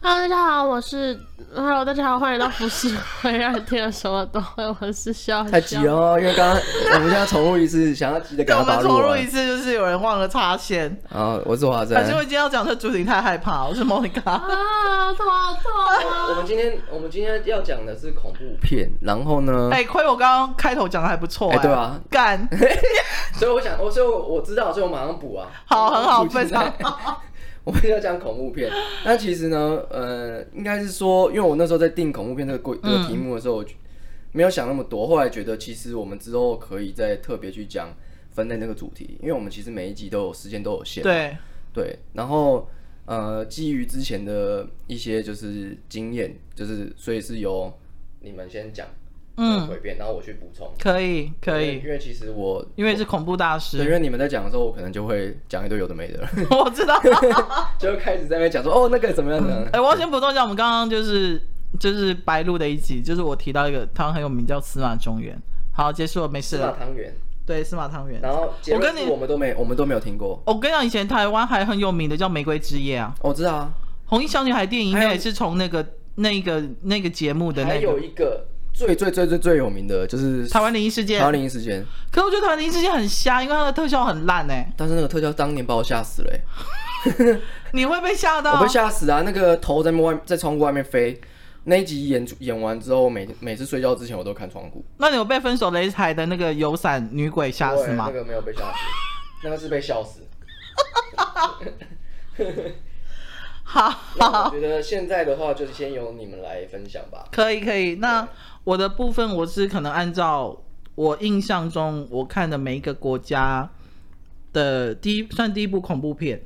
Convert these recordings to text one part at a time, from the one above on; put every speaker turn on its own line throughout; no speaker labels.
Hello，大家好，我是 Hello，大家好，欢迎到服饰会，让你听了什么都会。我是笑笑，
太急哦，因为刚刚我们现在重录一次，想要急的
对，
赶
我
快把
们
它录
重录
完
一。次，就是有人忘了插线。
啊，我是华
可是
生。
我今天要讲这主题太害怕，我是 Monica。
啊，头好痛啊！
我们今天我们今天要讲的是恐怖片，然后呢，
哎、亏我刚刚开头讲的还不错、哎、
嗯哎对啊，
干，
所以我想，我所以我我知道，所以我马上补啊。
好，很好，
补进
非常
来。
好。
我们要讲恐怖片，但其实呢，呃，应该是说，因为我那时候在定恐怖片这个规这
嗯
个题目的时候，我就没有想那么多，后来觉得其实我们之后可以再特别去讲分类那个主题，因为我们其实每一集都有时间都有限。
对，
对，然后呃，基于之前的一些就是经验，就是所以是由你们先讲，
嗯
回遍，然后我去补充，
可以，可
因为
以，
因为其实我。
因为是恐怖大
对，因
师，
为你们在讲的时候，我可能就会讲一堆有的没的，
我知道。
就开始在那边讲说哦，那个怎么样怎么样。
哎、我要先补充一下，我们刚刚就是就是白鹿的一集，就是我提到一个他们很有名叫司马中原。好，结束了，没事
芝麻
了。
汤圆，
对，司马汤圆。
然后结论
我跟
是
你
我们都没我们都没有听过。
我跟你讲，以前台湾还很有名的叫《玫瑰之夜》啊，
我知道啊，
《红衣小女孩》电影应
还有
该也是从那个那个那个节目的
还
那
有
个
一个最最最最最有名的就是
台湾灵异事
台湾
件。
灵异事件，
可我觉得台湾灵异事件很瞎，因为它的特效很烂哎、
但是那个特效当年把我吓死了欸、
你会被吓到。
我被吓死啊！那个头在外在窗户外面飞，那一集演出演完之后，每每次睡觉之前我都看窗户。
那你有被分手擂台的那个油伞女鬼吓死吗
那？个没有被吓死， 那个是被笑死。
好，
那我觉得现在的话，就是先由你们来分享吧。
可以可以。那我的部分我是可能按照我印象中我看的每一个国家的第一算第一部恐怖片，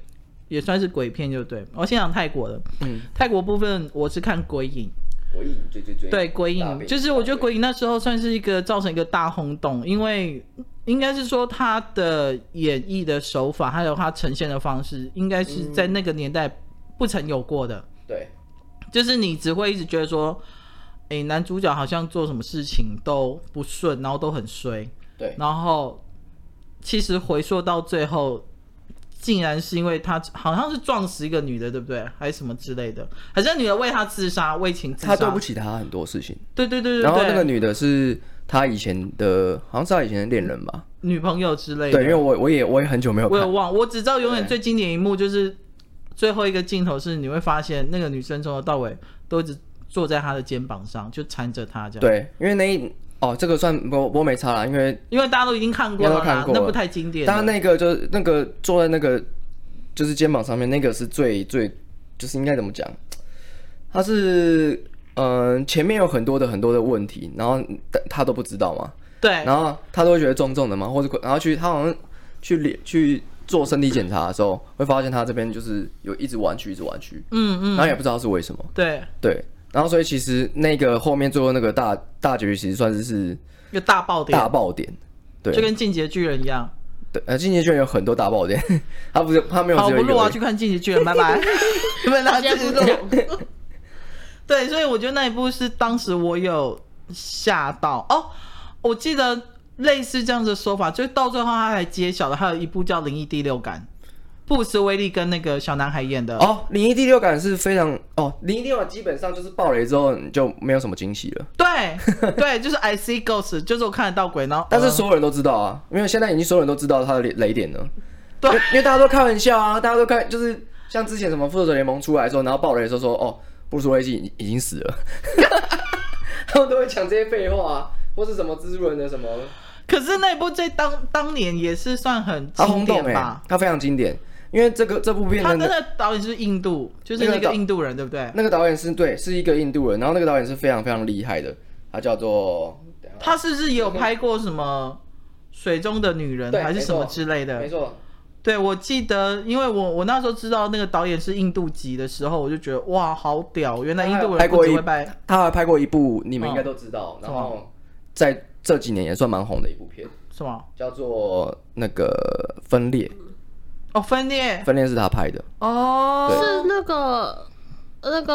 也算是鬼片就对。我先讲泰国的，
嗯，
泰国部分我是看《鬼影》。
鬼影追追追，
对《鬼影
大》，悲
就是我觉得
大悲
《鬼影》那时候算是一个造成一个大轰动，因为应该是说它的演绎的手法，还有它呈现的方式，应该是在
嗯
那个年代不曾有过的。
对，
就是你只会一直觉得说，诶，男主角好像做什么事情都不顺，然后都很衰，
对
然后其实回溯到最后。竟然是因为他好像是撞死一个女的，对不对？还是什么之类的？还是那女的为他自杀，为情自杀？
他对不起他很多事情。
对对对对对。
然后那个女的是他以前的，好像是他以前的恋人吧？
女朋友之类的。
对，因为我我也我也很久没有
我也
看，
忘，我只知道永远最经典一幕就是最后一个镜头是你会发现那个女生从头到尾都一直坐在他的肩膀上，就缠着他这样。，
对，因为那一哦这个算我我没差啦，因为
因为大家都已经看过
大
了
家都
啦
看，过了
那部太经典
当然
了。
那个就是那个坐在那个就是肩膀上面那个是最最就是应该怎么讲？他是嗯、呃前面有很多的很多的问题，然后但他都不知道嘛，
对，
然后他都会觉得重重的嘛，或者然后去他好像去脸去做身体检查的时候，会发现他这边就是有一直弯曲一直弯曲，
嗯嗯，
然后也不知道是为什么，
对，
对。然后，所以其实那个后面最后那个大大结局，其实算是是
一个大爆点
大，爆点，对，
就跟《进击的巨人》一样。
对，呃，进击的巨人有很多大爆点，他不是他没有
好，
只有
不
一个
录啊，
而已
去看《进击的巨人》，拜 拜。你们拿
大家不
这 个
懂，
对，所以我觉得那一部是当时我有吓到哦。我记得类似这样子的说法，就是到最后他才揭晓的，还有一部叫《灵异第六感》，布斯威利跟那个小男孩演的。
哦，灵异第六感是非常哦，灵异第六感基本上就是爆雷之后你就没有什么惊喜了，
对对，就是 I see ghost，就是我看得到鬼，然后
但是
嗯
所有人都知道啊，因为现在已经所有人都知道他的雷雷点了，
对
因为，因为大家都开玩笑啊，大家都开就是像之前什么复仇者联盟出来的时候，然后爆雷的时候说哦，布鲁斯威利已已经死了， 他们都会讲这些废话啊，或是什么蜘蛛人的什么，
可是那一部在当当年也是算很
他轰
经
动
典
哎、
吧。
他非常经典，欸因为这个这部片
他
真
跟
的
那个导演是印度，就是
那
那
个
个
导
印度人，对不对？
那个导演是对，是一个印度人，然后那个导演是非常非常厉害的，他叫做等一下
他是不是也有拍过什么《水中的女人》
对
还是
没
什么
错
之类的？
没错，
对，我记得，因为我我那时候知道那个导演是印度籍的时候，我就觉得哇，好屌！原来印度
拍
人不
过
只
一
会拍，
他还拍过一部你们
哦
应该都知道，然
什
后在这几年也算蛮红的一部片，
什么？
叫做那个分裂，
哦，分裂
分裂是他拍的，
哦，
是那个那个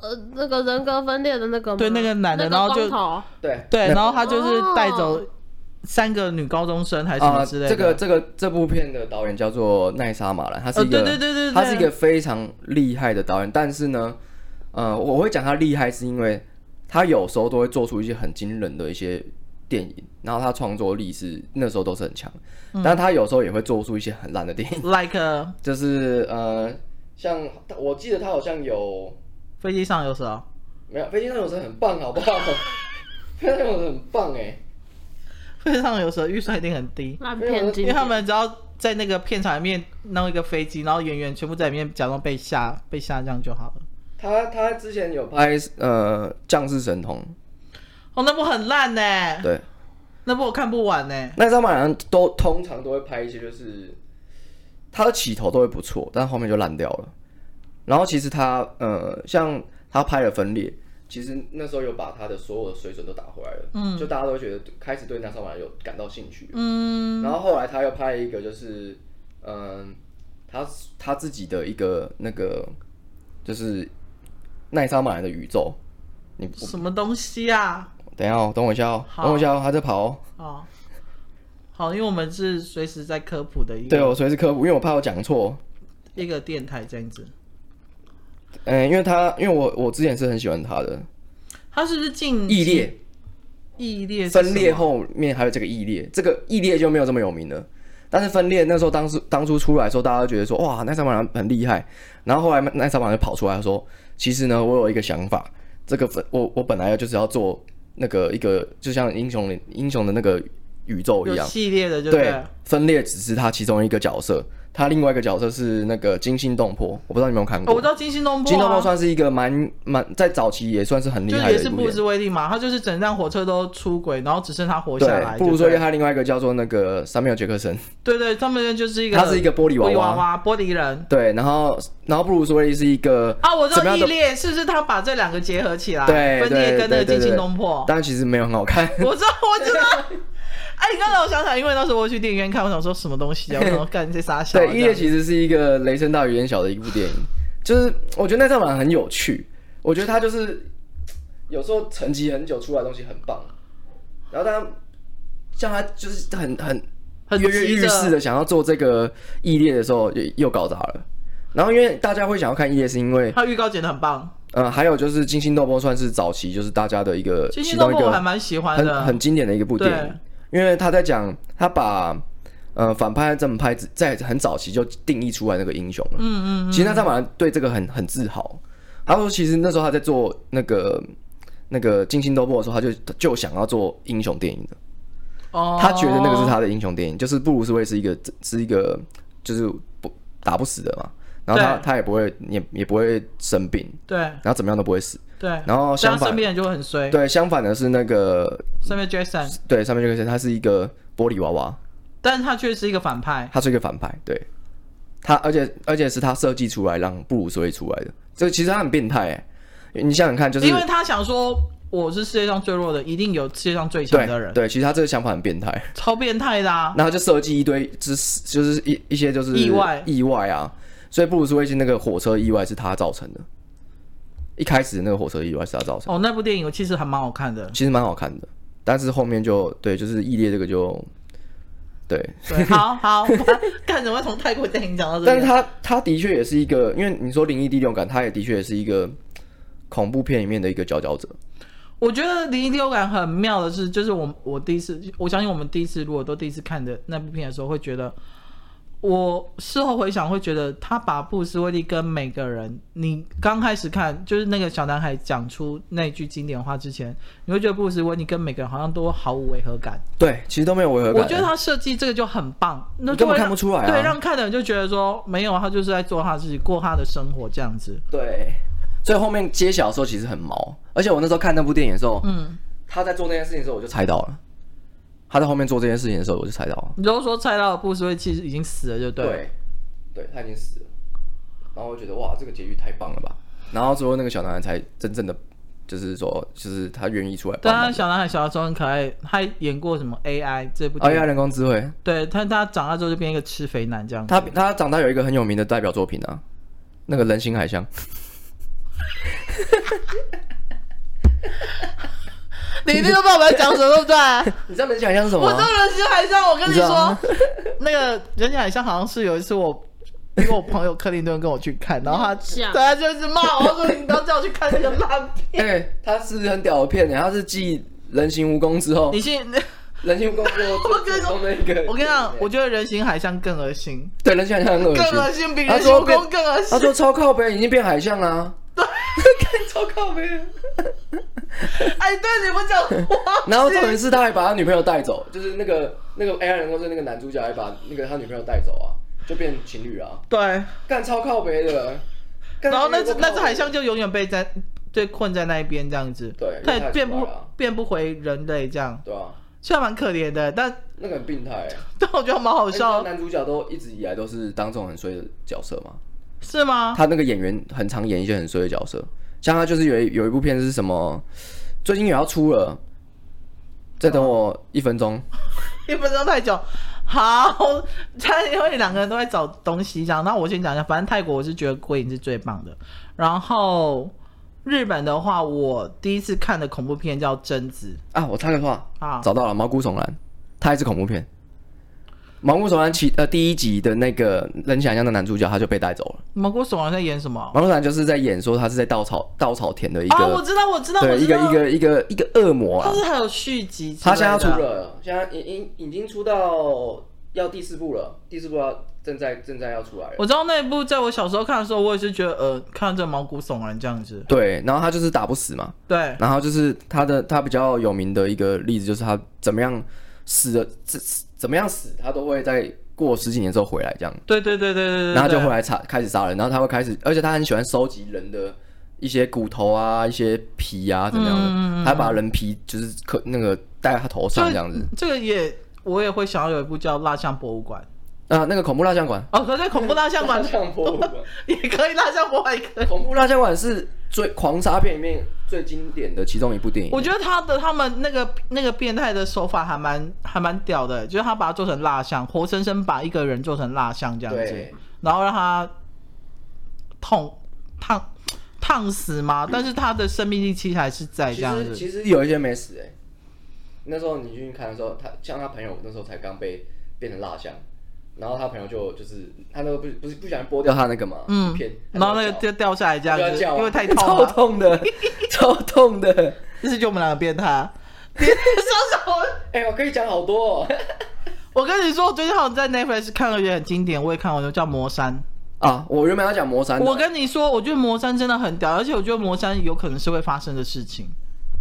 呃那个人格分裂的那个吗
对那个男的
那
然后就
光头
对
对，
那
然后他就是带走
哦
三个女高中生还是什
啊、
么之类的。
这个这个这部片的导演叫做奈莎马兰，他是一个、
哦对对对对对
他是一个非常厉害的导演，但是呢，呃，我会讲他厉害，是因为他有时候都会做出一些很惊人的一些电影，然后他创作力是那时候都是很强，
嗯
但他有时候也会做出一些很烂的电影，
，like a-
就是呃，像我记得他好像有
飞机上有蛇哦，
没有飞机上有蛇很棒，好不 好？飞机上有蛇很棒哎、
飞机上有蛇预算一定很低，
烂片经
因为
典
他们只要在那个片场里面弄一个飞机，然后演员全部在里面假装被吓被吓这样就好了。
他他之前有拍呃《降世神童
哦，那部很烂呢、》，
对，
那部我看不完呢、
那张马良都通常都会拍一些，就是他的起头都会不错，但后面就烂掉了。然后其实他呃，像他拍了《分裂》，其实那时候有把他的所有的水准都打回来了，嗯，就大家都会觉得开始对那张马良有感到兴趣，
嗯，
然后后来他又拍一个，就是嗯、他他自己的一个那个就是奈莎马兰的宇宙。你
什么东西啊？
等一下、哦，等我一下哦，
好
等我一下哦，他在跑、哦。
哦，好，因为我们是随时在科普的一
对，哦
个
我随时科普，因为我怕我讲错。
一个电台这样子。
嗯，因为他，因为我我之前是很喜欢他的
它是不是近
异裂
异嗯裂是
分裂
什么？
后面还有这个异裂，这个异裂就没有这么有名了。但是分裂那时候当时当初出来的时候，大家都觉得说哇奈萨马兰很厉害，然后后来奈萨马兰就跑出来说，其实呢我有一个想法，这个分我我本来就是要做那个一个就像英雄里英雄的那个宇宙一
有
样，
系列的就
对
了，
分裂只是他其中一个角色，他另外一个角色是那个惊心动魄，我不知道你有没有看
哦
过，
我知道惊心动
惊心动
魄、
魄
啊。
算是一个蛮蛮在早期也算是很厉
就是
害
也
的一
是
部
不
片。
知威力嘛，他就是整辆火车都出轨，然后只剩他活下来。
对，布鲁斯
就
威
对
利
了
他另外一个叫做那个萨缪尔杰克森，
对对，他们就是一个，
他是一个玻璃娃
玻璃娃
娃。
娃，玻璃人
对，然后然后布鲁斯威利是一个，
啊，我知
怎么
道
样
异
都
裂是不是他把这两个结合起来，
对
分裂
对
跟那
对
个
对
惊心
对
动魄，
但其实没有很好 看。
我知道，我知道。哎，你刚才我想想，因为那时候我去电影院看，我想说什么东西啊？我想说干这傻小啊。
对，《异列》
这样
其实是一个雷声大雨点小的一部电影，就是我觉得那张版很有趣，我觉得他就是有时候沉寂很久出来的东西很棒，然后他像他就是很很
很
跃跃
急
欲
着
试的想要做这个《异列》的时候，也又搞砸了。然后因为大家会想要看《异列》，是因为
他预告剪得很棒，
呃，还有就是《惊心动魄》算是早期就是大家的一个
其
呃其
实那
中
部
一
我还
个
蛮喜欢
很
的。
很经典的一个部电影，因为他在讲他把呃反派和正派只在很早期就定义出来那个英雄了。嗯嗯其实他萨马兰对这个很很自豪，他说其实那时候他在做那个那个《惊心动魄》的时候，他就就想要做英雄电影的，
哦，
他觉得那个是他的英雄电影，就是布鲁斯威是一个是一个就是不打不死的嘛，然后他
对
他也不会也也不会生病，
对
然后怎么样都不会死。
对，
然后
但
哦相
他
反
身，边人就会很衰。
对，相反的是那个
身边 Jason，
对上面这个是他是一个玻璃娃娃，
但是他却是一个反派。
他是一个反派，对，他而且而且是他设计出来让布鲁斯威出来的，这其实他很变态哎，你想想看，就是
因为他想说我是世界上最弱的，一定有世界上最强的
对
人，
对，其实他这个想法很变态，
超变态的啊！
然后他就设计一堆就是就是一一些就是
意外
意外啊，所以布鲁斯威是那个火车意外是他造成的，一开始那个火车意外是他造成的，
哦，那部电影我其实还蛮好 看的。
其实蛮好看的，但是后面就对就是异列这个就对，
对，好好， 我干什么从泰国电影讲到这
但是
里？
他他的确也是一个，因为你说灵异第六感，他也的确也是一个恐怖片里面的一个佼佼者。
我觉得《灵异第六感》很妙的是，就是我我第一次，我相信我们第一次如果都第一次看的那部片的时候，会觉得，我事后回想会觉得，他把布鲁斯威利跟每个人，你刚开始看就是那个小男孩讲出那句经典话之前，你会觉得布鲁斯威利跟每个人好像都毫无违和感。
对，其实都没有违和感。
我觉得他设计这个就很棒，那
你根
就
本
会
看
让
不出来啊
对，让看的人就觉得说没有，他就是在做他自己，过他的生活这样子。
对，所以后面揭晓的时候其实很毛，而且我那时候看那部电影的时候，
嗯，
他在做那件事情的时候我就猜到了，他在后面做这件事情的时候我就猜到了。
你都说猜到布鲁斯威利其实已经死了，就对了。
对，对他已经死了，然后我觉得哇，这个结局太棒了吧！然后最后那个小男孩才真正的就是说，就是他愿意出来
对
帮
啊，
忙。
小男孩小的时候很可爱，他演过什么 AI 这部
哎
电影。
呀，人工智慧，
对他，他长大之后就变一个吃肥男这样子。
他他长大有一个很有名的代表作品啊，那个人形海象。
你一定都不知道我在讲什么，对不 对？
你知道人形海象是什么
我这
吗？
人形海象，我跟你
你知道
说
吗，
那个人形海象好像是有一次我因为我朋友克林顿跟我去看，然后他
你有讲
他就是骂我，他说你不要叫我去看那个烂 片。
哎，他是很屌的片呢，欸他是继《人形蜈蚣》之后，
你信？
《人形蜃蚣》之后
我
最
跟你
成
说
功的一个。
我跟你讲，我觉得人形海象更恶心，
对人形好像很恶
更
心，
恶心比
他
人形
说
蜈
变
蚣更恶
他
心。
说超靠北已经变海象啦、对，超靠北。
哎，对，你不讲话。
然后重点是他还把他女朋友带走， 就是那个那个 AI 人公司那个男主角还把那个他女朋友带走啊，就变情侣啊，
对，
干超靠北的。干
然后那
超
只
靠北
那只海象就永远被在对困在那一边这样子，
对
它
因为
也
它
变
很
不
快啊
变不回人类这样，
对啊，
虽然蛮可怜的，但
那个很病态、欸。
但我觉得蛮好
好
笑，
男主角都一直以来都是当这种很衰的角色嘛。
是吗？
他那个演员很常演一些很衰的角色，像他就是有一有一部片是什么，最近也要出了，再等我一分钟。
一分钟太久。好，他因为两个人都在找东西这样，那我先讲一下，反正泰国我是觉得鬼影是最棒的，然后日本的话，我第一次看的恐怖片叫《贞子
啊，我插个话，》
啊，
找到了《毛骨悚然》，它还是恐怖片。《毛骨悚然其》呃第一集的那个人想象的男主角他就被带走了。
蘑菇手王在演什么？
毛骨悚然就是在演说他是在稻草稻草田的一个，
哦啊，我知道，我知道，我
对
知
一个
道，
一个一个一个恶魔
他
啊
是。还有续集之类的，
他现在要出了，现在已已已经出到要第四部了，第四部要正在正在要出来了。
我知道那一部，在我小时候看的时候，我也是觉得呃，看着毛骨悚然这样子。
对，然后他就是打不死嘛，
对，
然后就是他的他比较有名的一个例子，就是他怎么样死的，怎怎么样死，他都会在过十几年之后回来这样，
对对对对对对。
然后他就
对
会来杀开始杀人，然后他会开始，而且他很喜欢收集人的一些骨头啊、一些皮啊怎么样的，他把人皮就是刻那个戴在他头上这样子。
这个也我也会想要有一部叫《蜡像博物馆
啊，那个恐怖蜡像馆，》
哦，可是恐怖蜡像 馆
像博物馆，
也可以，蜡像博物馆也可以。
恐怖蜡像馆是最狂杀片里面最经典的其中一部电影。
我觉得他的他们那个那个变态的手法还蛮还蛮屌的，就是他把它做成蜡像，活生生把一个人做成蜡像这样子
对，
然后让他痛烫烫死嘛，但是他的生命力其实还是在这
其
样
实
子。
其实有一些没死哎、那时候你去看的时候，他像他朋友那时候才刚被变成蜡像，然后他朋友就就是他那个不不是不小心剥掉他那个嘛，
嗯
片，
然后那个就
就
掉下来这样
要
子，
叫啊，
因 为太痛
超
了。
痛的，超痛的。
这是就我们两个变态啊。你说什么？
哎、我可以讲好多、 哦、
我跟你说，我最近好像在 Netflix 看了一个很经典，我也看完了，叫《魔山》。
啊！我原本要讲魔山的，
我跟你说，我觉得《魔山》真的很屌，而且我觉得《魔山》有可能是会发生的事情，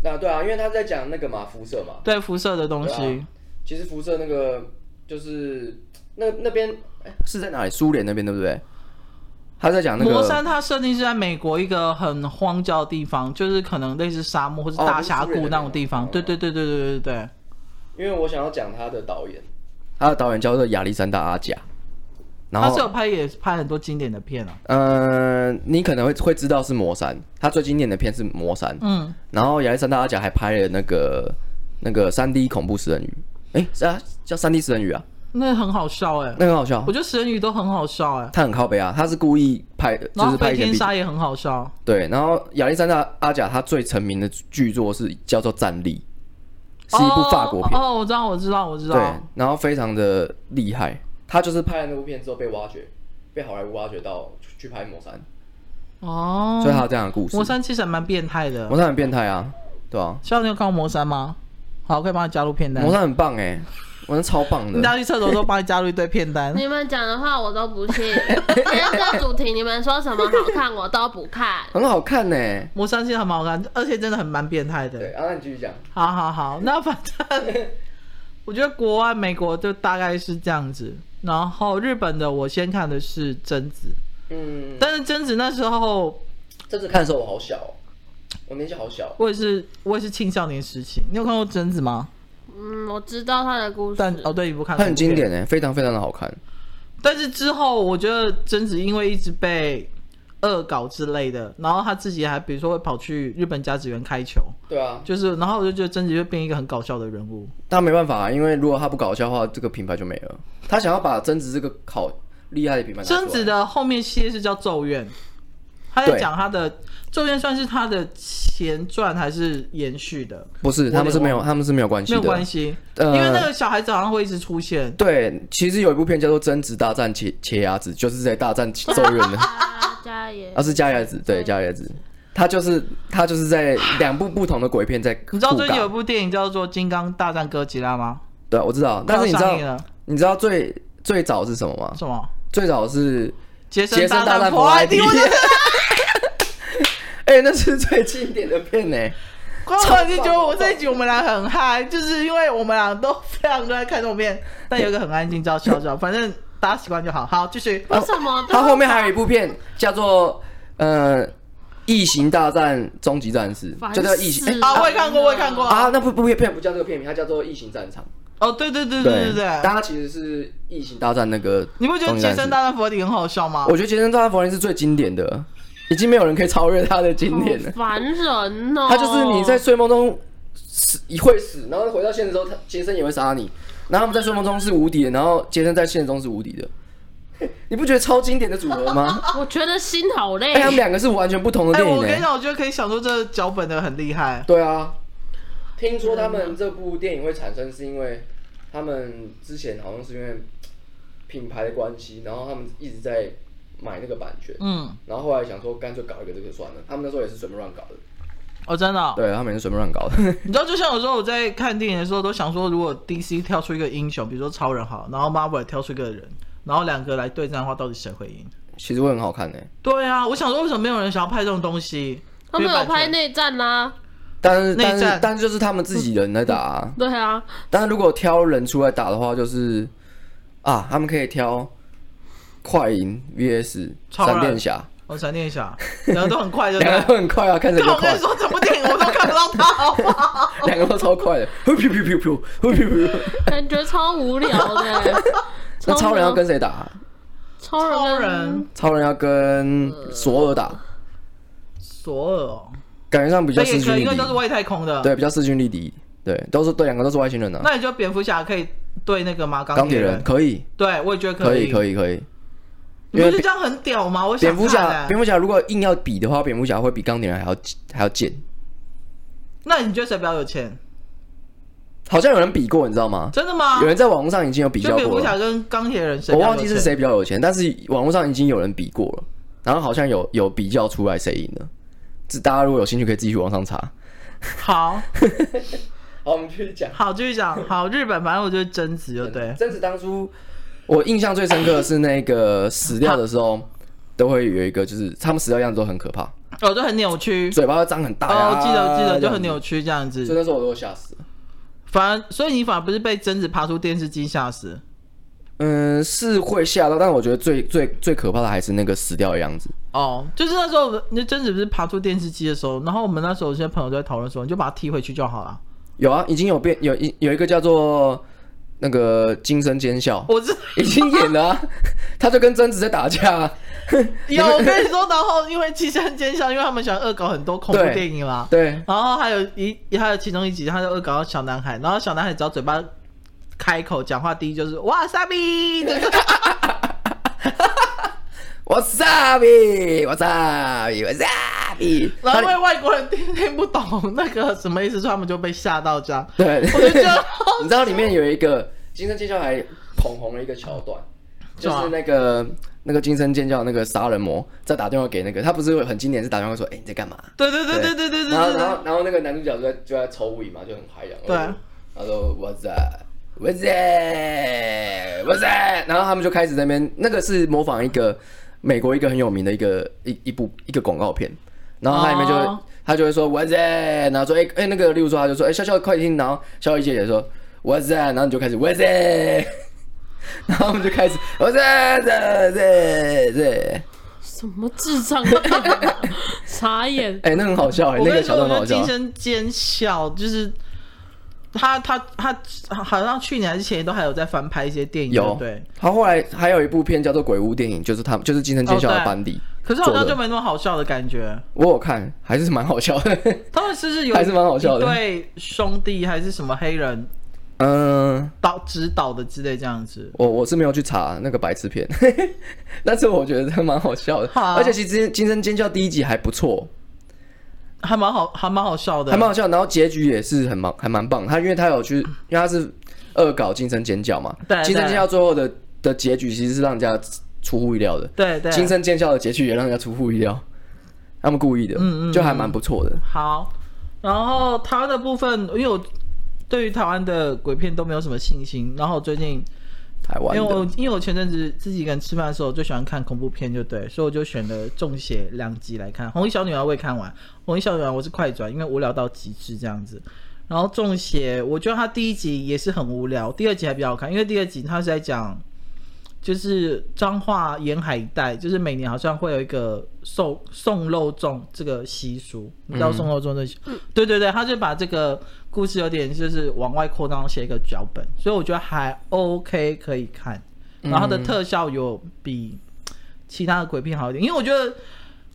啊对啊，因为他在讲那个嘛辐射嘛，
对辐射的东
对
西
啊。其实辐射那个就是那那边、哎是在哪里？苏联那边对不对？他在讲那个
魔山它设定是在美国一个很荒郊的地方，就是可能类似沙漠或是
哦
大峡谷那种地
哦
方。对对对对对对对。
因为我想要讲他的导演，他的导演叫做亚历山大阿贾，然
他是有
后
拍也拍很多经典的片啊。
呃，你可能会会知道是魔山，他最经典的片是魔山，
嗯，
然后亚历山大阿贾还拍了那个那个三 D 恐怖食人鱼，诶，是啊，叫三 D 食人鱼啊，
那很好笑哎、
那个很好笑啊
我，觉得食人鱼都很好笑哎、
他很靠背啊，他是故意拍，
然
就
后
是拍
飞
一点
天
比
鲨也很好笑。
对，然后亚历山大阿贾他最成名的剧作是叫做《战力》，是一部法国片，
哦。哦，我知道，我知道，我知
对
道。，
然后非常的厉害。他就是拍了那部片之后被挖掘，被好莱坞挖掘到去去拍《魔山》，
哦，
所以他有这样的故事。
魔山其实还蛮变态的
魔。山很变态啊，对啊，
希望你有看过魔山吗？好，我可以帮你加入片单。
魔山很棒哎、魔山超棒
啊你等下
的。
去厕所的时候帮你加入一堆片单。
你们讲的话我都不信，今天这个主题你们说什么好看我都不看。
很好看呢、
魔山其实很好看，而且真的很蛮变态的。
啊，那你继续讲。
好好好，那反正我觉得国外美国就大概是这样子，然后日本的我先看的是贞子，
嗯，
但是贞子那时候
这次看的时候我好小、哦，我年纪好小。哦
我也是我也是青少年时期，你有看过贞子吗？
嗯，我知道他的故
但
事。
哦对，你不看，
它很经典哎、非常非常的好看。
但是之后，我觉得贞子因为一直被恶搞之类的，然后他自己还比如说会跑去日本甲子园开球，
对啊，
就是，然后我就觉得贞子就变一个很搞笑的人物。
他没办法、啊，因为如果他不搞笑的话，这个品牌就没了。他想要把贞子这个好厉害的品牌拿出来。
贞子的后面系列是叫《咒怨》，他在
对
讲他的咒怨算是他的前传还是延续的，
不是，他们是没有，他们是没有关系
没
的。
有关系，
呃
因为那个小孩子好像会一直出现。
对，其实有一部片叫做《争执大战切切鸭子》，就是在大战咒怨的，
啊家也
啊是加鸭子，对加鸭子，他就是他就是在两部不同的鬼片在
你知道
互
最近有一
搞。
部电影叫做《金刚大战哥吉拉》吗？
对，我知道，但是你知
快要
道
上映了
你知道最最早是什么吗？
什么？
最早是
杰
杰森
大
战
婆爱迪，我就
哎、那是最经典的片呢、
光我就觉得我这一集我们俩很嗨，就是因为我们俩都非常都在看这种片，但有一个很安静叫笑笑，反正大家喜欢就好。好，继续。
为什么
它后面还有一部片叫做呃《异形大战终极战士》，
烦
就叫《异形
死》
哎
啊，我也看过，我也看过。
啊，那部部片不叫这个片名，它叫做《异形战场》。
哦，对对对对对对哎
但，它其实是《异形大战》那个。
你不觉得
终极
杰
战士
森大战佛迪很好笑吗？
我觉得《杰森大战佛林》是最经典的，已经没有人可以超越它的经典了
好。烦人哦！
它就是你在睡梦中死会死，然后回到现实之后，他杰森也会杀你。然后他们在睡梦中是无敌的，然后杰森在现实中是无敌的。 你不觉得超经典的组合吗？
啊我觉得心好累啊
哎、，他们两个是完全不同的
哎，
电影、
我
欸。
跟你讲，我觉得可以想出这脚本的很厉害。
对啊，听说他们这部电影会产生，是因为他们之前好像是因为品牌的关系，然后他们一直在买那个版权，
嗯，
然后后来想说干脆搞一个这个算了。他们那时候也是随便乱搞的，
哦，真的哦。
对他们也是随便乱搞的。
你知道，就像有时候我在看电影的时候，都想说，如果 DC 跳出一个英雄，比如说超人好，然后 Marvel 也跳出一个人，然后两个来对战的话，到底谁会赢？
其实会很好看欸呢、
对啊，我想说，为什么没有人想要拍这种东西？
他们
因为
有
版权
拍内战啊啦，
但是
内
但是
战
但是就是他们自己人来打、啊，
对啊，
但是如果挑人出来打的话，就是啊，他们可以挑快银 VS
超人
闪电侠，
我闪电侠，两个都很快，对不
两个
对？
都很快啊，看谁比较
但我跟
快
你。说，整部电影我都看不到他，好不好？
两个都超快的，噗噗噗噗噗噗噗噗。
感觉超无聊的。
那超人要跟谁打啊、
超人
超
跟
人
超人要跟索尔打，
索尔哦，
感觉上比较
这
势
也可
均
以，
力
因为
敌
都，是外太空的。
对，比较势均力敌，对，都是对，两个都是外星人啊。
那你觉得蝙蝠侠可以对那个吗？
钢
铁
铁人？可以，
对，我也觉得
可
以，
以，可
以。
以，可以。
你
因
不
为
觉得这样很屌吗？我
蝙
想
蝠
看
侠，
欸
蝙蝠侠如果硬要比的话，蝙蝠侠会比钢铁人还要还要贱。
那你觉得谁比较有钱？
好像有人比过，你知道吗？
真的吗
有？人在网络上已经有比
就
较
蝙
过
蝠
了
侠，跟钢铁人谁？
我忘记是。谁比较有钱，但是网络上已经有人比过了，然后好像有有比较出来谁赢了。这大家如果有兴趣，可以自己去网上查。
好，
好，我们继续讲。
好，继续讲。好，日本，反正我就是贞子，就对。
贞子当初我印象最深刻的是那个死掉的时候，都会有一个，就是他们死掉样子都很可怕，
哦，就很扭曲。
嘴巴会张很大、
哦，记得记得，就很
扭。
扭曲这样
所以
子。
那时候我都吓死了。
反而，所以你反而不是被贞子爬出电视机吓死。
嗯，是会吓到，但我觉得最最最可怕的还是那个死掉的样子。
哦，就是那时候，那贞子不是爬出电视机的时候，然后我们那时候有些朋友就在讨论说，你就把它踢回去就好了。
有啊，已经有变有一有一个叫做那个金生奸笑，
我 是
已经演了、啊， 他就跟贞子在打架、啊。
有我跟你说，然后因为七三奸笑，因为他们喜欢恶搞很多恐怖
对
电影啦。
对，
然后还有一，还有其中一集，他就恶搞到小男孩，然后小男孩只要嘴巴开口讲话，第一就是哇塞比，就是
我傻逼，我傻逼，我傻逼。
然后因为外国人听听不懂那个什么意思，所以他们就被吓到这样。
对，
我就觉得
你知道里面有一个金生剑教还捧红了一个桥段，
是
就
吗
是那个那个金生剑教那个杀人魔在打电话给那个他不是很经典是打电话说哎、你在干嘛？
对对对对对对对
然后然
对对
后然后那个男主角就在就在抽尾嘛，就很嗨然后
对
他说 What's that? What's that? What's that? 然后他们就开始在那边，那个是模仿一个美国一个很有名的一个一一部一个广告片，然后它里面就会、
哦
他就会说 What's that? 然后说哎哎、那个，例如说他就说哎、笑笑快听，然后笑一姐也说 What's that? 然后你就开始 What's that? 然后我们就开始 What's that? What's that? What's that?
什么智障片啊？ 傻眼。
哎、那很好笑哎、那
我跟
个
你说，
桥段
我
很
觉得
好笑
金。生奸笑就是。他他他好像去年还是前年都还有在翻拍一些电影，对
有
不对，
他后来还有一部片叫做《鬼屋电影》，就是他们就是金城剑笑
哦对
的班底。
可是好像
做的
就没那么好笑的感觉。
我有看，还是蛮好笑的。
他们是不是有
还是蛮好笑的
一对兄弟还是什么黑人
嗯、
导指导的之类这样子。
我我是没有去查那个白痴片， 但是我觉得蛮好笑的。
好啊
而且其实《惊声尖叫》第一集还不错，
还蛮好，还蛮好笑的，
还蛮好笑，然后结局也是很蛮还蛮棒。他因为他有去，因为他是恶搞《惊声尖叫》嘛，
对对
惊声尖叫》最后的的结局其实是让人家出乎意料的，
对对，
《惊声尖叫》的结局也让人家出乎意料，他们故意的，
嗯嗯
就还蛮不错的。
好，然后台湾的部分，因为我对于台湾的鬼片都没有什么信心。然后我最近，
台
因
湾
为我
的
因为我前阵子自己一个人吃饭的时候，我最喜欢看恐怖片，就对，所以我就选了《中邪》两集来看。《红衣小女孩》我也看完，《红衣小女孩》我是快转，因为无聊到极致这样子。然后《中邪》，我觉得它第一集也是很无聊，第二集还比较好看，因为第二集它是在讲。就是彰化沿海一带，就是每年好像会有一个送送肉粽这个习俗，你知
嗯
道送肉粽这习、对对对，他就把这个故事有点就是往外扩张，写一个脚本，所以我觉得还 OK 可以看。然后它
嗯
的特效有比其他的鬼片好一点，因为我觉得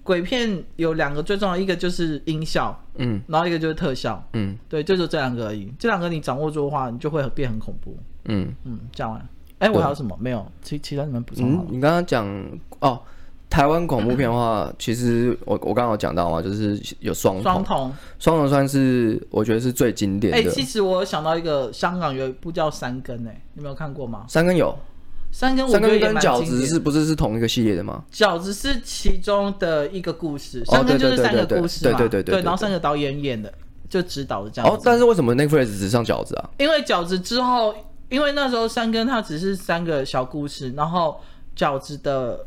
鬼片有两个最重要，一个就是音效，
嗯
然后一个就是特效，
嗯
对，就就这两个而已。这两个你掌握住的话，你就会很变很恐怖。
嗯
嗯，讲完了。哎、我还有什么？没有，其其他你们补充好
嗯
了。，
你刚刚讲哦，台湾恐怖片的 话，其实我我刚刚有讲到嘛，就是有双
双
瞳，
瞳，
双瞳算是我觉得是最经典
哎、
嗯的。
其实我想到一个香港有一部叫《三更》，哎，你没有看过吗？
三根有，
三更我
三
觉得
根
也
跟
蛮
饺
经
子
典
是。不是是同一个系列的吗？
饺子是其中的一个故事，
哦
三更就
对
是
对
三个
对对
故事嘛，
对对对对对
然后三个导演演的，就指导的这样
哦
子。，
但是为什么 Netflix 只上饺子啊？
因为饺子之后，因为那时候三更它只是三个小故事，然后饺子的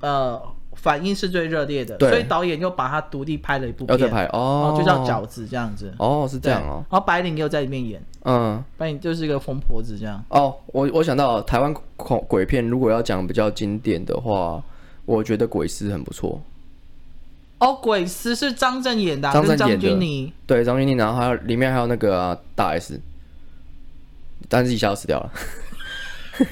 呃反应是最热烈的，
对
所以导演又把它独立拍了一部
要
片，
再拍
然
哦
后，就叫饺子这样子。
哦，是这样
对
哦，
然后白领又在里面演，
嗯。
白领就是一个疯婆子这样。
哦，我我想到了台湾恐鬼片，如果要讲比较经典的话，我觉得《鬼师》很不错。
哦，鬼师是张震演的啊、
张
跟
震
张
演的
钧甯。
对，张钧甯，然后还有里面还有那个啊、大 S，但是一下就死掉了。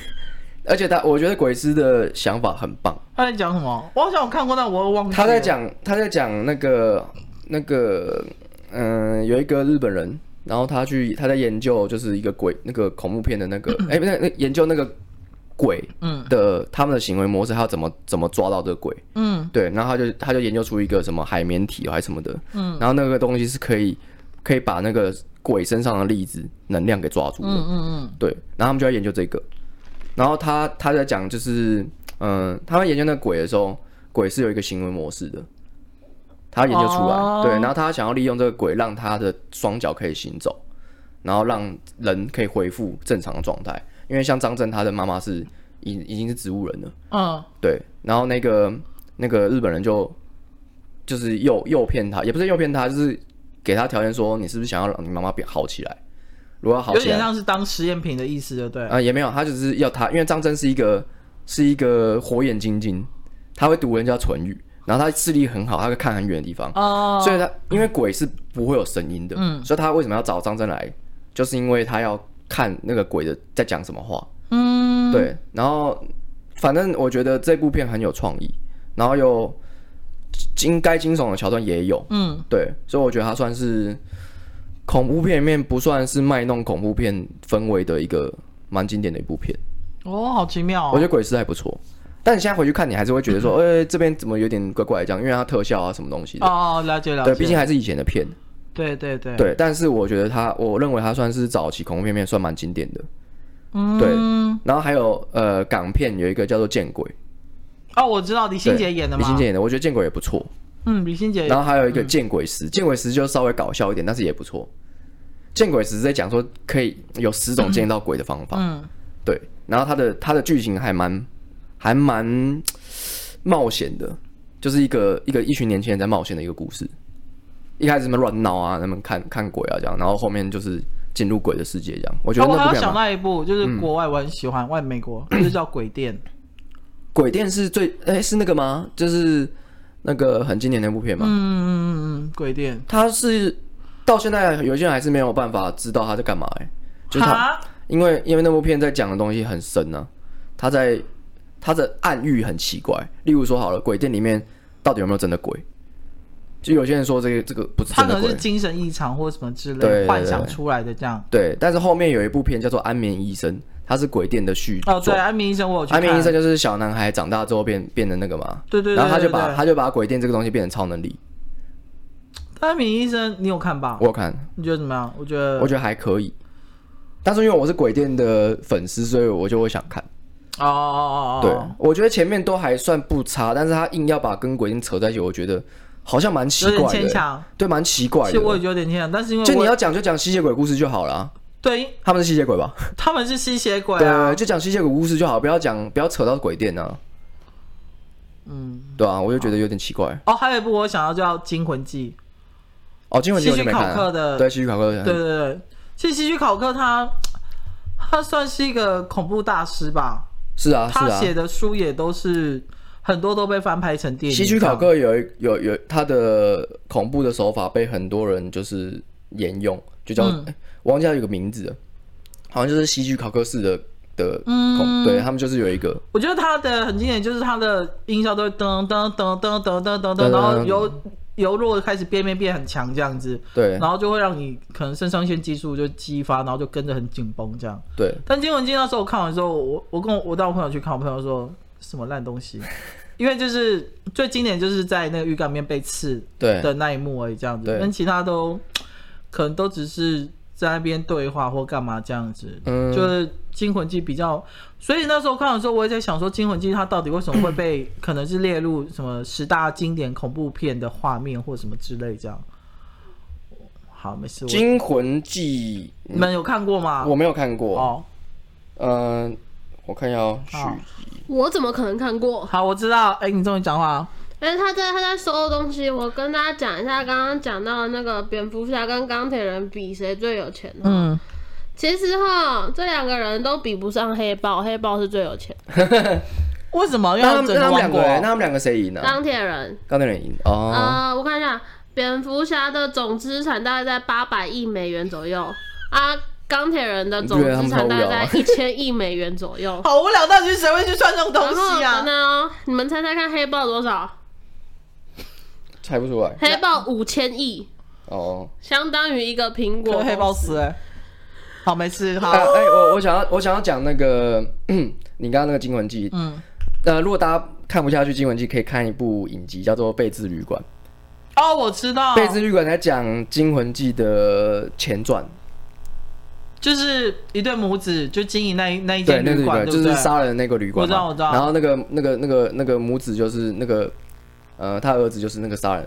而且他，我觉得鬼师的想法很棒。
他在讲什么？我好像有看过，但我又忘记了。
他在讲他在讲那个那个嗯、有一个日本人，然后他去他在研究就是一个鬼那个恐怖片的那个哎，不是那研究那个鬼
嗯
的他们的行为模式，他要怎么怎么抓到这个鬼。
嗯
对，然后他就他就研究出一个什么海绵体哦还是什么的，
嗯，
然后那个东西是可以可以把那个鬼身上的粒子能量给抓住的，
嗯嗯
对，然后他们就在研究这个，然后他他在讲就是，嗯、他们研究那个鬼的时候，鬼是有一个行为模式的，他研究出来，
哦
对，然后他想要利用这个鬼让他的双脚可以行走，然后让人可以恢复正常的状态，因为像张震他的妈妈是已已经是植物人了。
嗯嗯，
对，然后那个那个日本人就就是诱诱骗他，也不是诱骗他，就是给他条件说，你是不是想要让你妈妈变好起来？如果要好哎
有
起
点
来，啊、呃
像是当实验品的意思，对不对？
也没有，他只是要他，因为张真是一个是一个火眼金睛，他会读人家唇语，然后他视力很好，他会看很远的地方，
哦，嗯
所以他因为鬼是不会有声音的，所以他为什么要找张真来，就是因为他要看那个鬼的在讲什么话，
嗯，
对，然后反正我觉得这部片很有创意，然后有惊该惊悚的桥段也有，
嗯，
对，所以我觉得它算是恐怖片里面不算是卖弄恐怖片氛围的一个蛮经典的一部片，
哦，好奇妙、
我觉
哦。嗯
得鬼师还不错。但你现在回去看，你还是会觉得说，哎、这边怎么有点怪怪的这样，因为它特效啊什么东西的，
哦，了解了解。
对，毕竟还是以前的片，
对对对，
对。但是我觉得它，我认为它算是早期恐怖片片算蛮经典的。
嗯，
对然后还有呃，港片有一个叫做《见鬼》，
哦，我知道李心洁演的
李
嘛。
心洁演的，我觉得《见鬼》也不错。
嗯，李心洁
然后还有一个见鬼石，见鬼石就稍微搞笑一点，但是也不错。见鬼石在讲说可以有十种见到鬼的方法，
嗯
对。然后它的它的剧情还蛮还蛮冒险的，就是一个一个一群年轻人在冒险的一个故事。一开始他们乱闹啊，他们看看鬼啊这样，然后后面就是进入鬼的世界这样。我觉
哦，
得
我
那
还
部
有
片
想
蛮、嗯
到一部，就是国外我很喜欢，外美国就是叫《鬼店》，
鬼店是最哎、是那个吗？就是那个很经典的那部片吗？
嗯嗯嗯嗯，《鬼店
他是到现在有些人还是没有办法知道他在干嘛、欸，就是》他，
哈，
因为因为那部片在讲的东西很深呢、他在他的暗喻很奇怪，例如说好了，鬼店里面到底有没有真的鬼？就有些人说这个这个不是
他
真
可
的
能
鬼
是，精神异常或什么之
对对
类
对
幻想出来的这样。
对。但是后面有一部片叫做《安眠医生》，它是鬼店的续作。
哦，对，安眠医生我有去看。
安眠医生就是小男孩长大之后变变成那个嘛，
对对对
然后他就
对对
把
对
他就把鬼店这个东西变成超能力。
安眠医生你有看吧
我？有看，
你觉得怎么样？我觉得
我觉得还可以，但是因为我是鬼店的粉丝，所以我就会想看。
哦哦哦哦，
对，我觉得前面都还算不差，但是他硬要把跟鬼店扯在一起，我觉得好像蛮奇
有点
怪
牵
的，
强。
对，蛮奇怪
其
的
实。我也有点牵强，但是因为
就你
我
要讲就讲吸血鬼故事就好了，
对
他们是吸血鬼吧？
他们是吸血鬼啊，
就讲吸血鬼故事就好，不要讲不要扯到鬼店啊。
嗯，
对啊，我就觉得有点奇怪。
哦，还有一部我想要叫《惊魂记
哦，惊魂记我就没看
希区考克
啊。
的
对，希区考克》。的，
对对对，其实希区考克他他算是一个恐怖大师吧，
是啊是
他
啊。
写的书也都是很多都被翻拍成电影。
希区考，克有一有有他的恐怖的手法被很多人就是沿用，就叫、
嗯
哎我忘记他有个名字了，好像就是希区考克式的的恐，
嗯
对他们就是有一个
我觉得他的很经典，就是他的音效都是噔噔噔噔噔噔噔噔，然后由由弱开始变变变很强这样子，
对
然后就会让你可能肾上腺激素就激发，然后就跟着很紧绷这样。
对，
但《惊魂记》那时候我看完之后，我我跟我我带我朋友去看，我朋友说什么烂东西， 因为就是最经典就是在那个浴缸里面被刺
对
的那一幕而已，这样子
对，
跟其他都可能都只是在那边对话或干嘛这样子，
嗯
就是《惊魂记》比较，所以那时候看的时候，我也在想说，《惊魂记》它到底为什么会被可能是列入什么十大经典恐怖片的画面或什么之类这样。好，没事，
《
我
惊魂记
你们有看过吗》？
我没有看过，
哦，
嗯、我看一下哦续
好
我怎么可能看过？
好，我知道。哎、你终于讲话了。
但是哎他在他在收东西，我跟大家讲一下，刚刚讲到的那个蝙蝠侠跟钢铁人比谁最有钱哈
嗯，
其实哈，这两个人都比不上黑豹，黑豹是最有钱。
为什么？因为
那他
它整
们那他们
个王
两
国。
个，那他们两个谁赢呢？啊
钢铁人，
钢铁人赢哦，
呃，我看一下，蝙蝠侠的总资产大概在八百亿美元左右啊，钢铁人的总资产大概在一千亿美元左右
好无聊，到底谁会去算这种东
然后
西啊
等？等哦，你们猜猜看，黑豹多少？
猜不出来
黑豹五千亿，
哦。
相当于一个苹
我
果。
黑豹死、欸。好，没事。
啊，
好，
哎、我我想要我想要讲那个 你刚刚那个《惊魂记》，
嗯，
呃，如果大家看不下去《惊魂记》，可以看一部影集叫做《贝兹旅馆》。
哦，我知道，
贝兹旅馆》在讲《惊魂记》的前传，
就是一对母子就经营那一那一
对，
间
那个
旅
旅
馆，
馆
对
就
不
是
对？
杀人的那个旅馆嘛。
我知道我知道
然后那个那个那个那个母子就是那个呃，他儿子就是那个杀人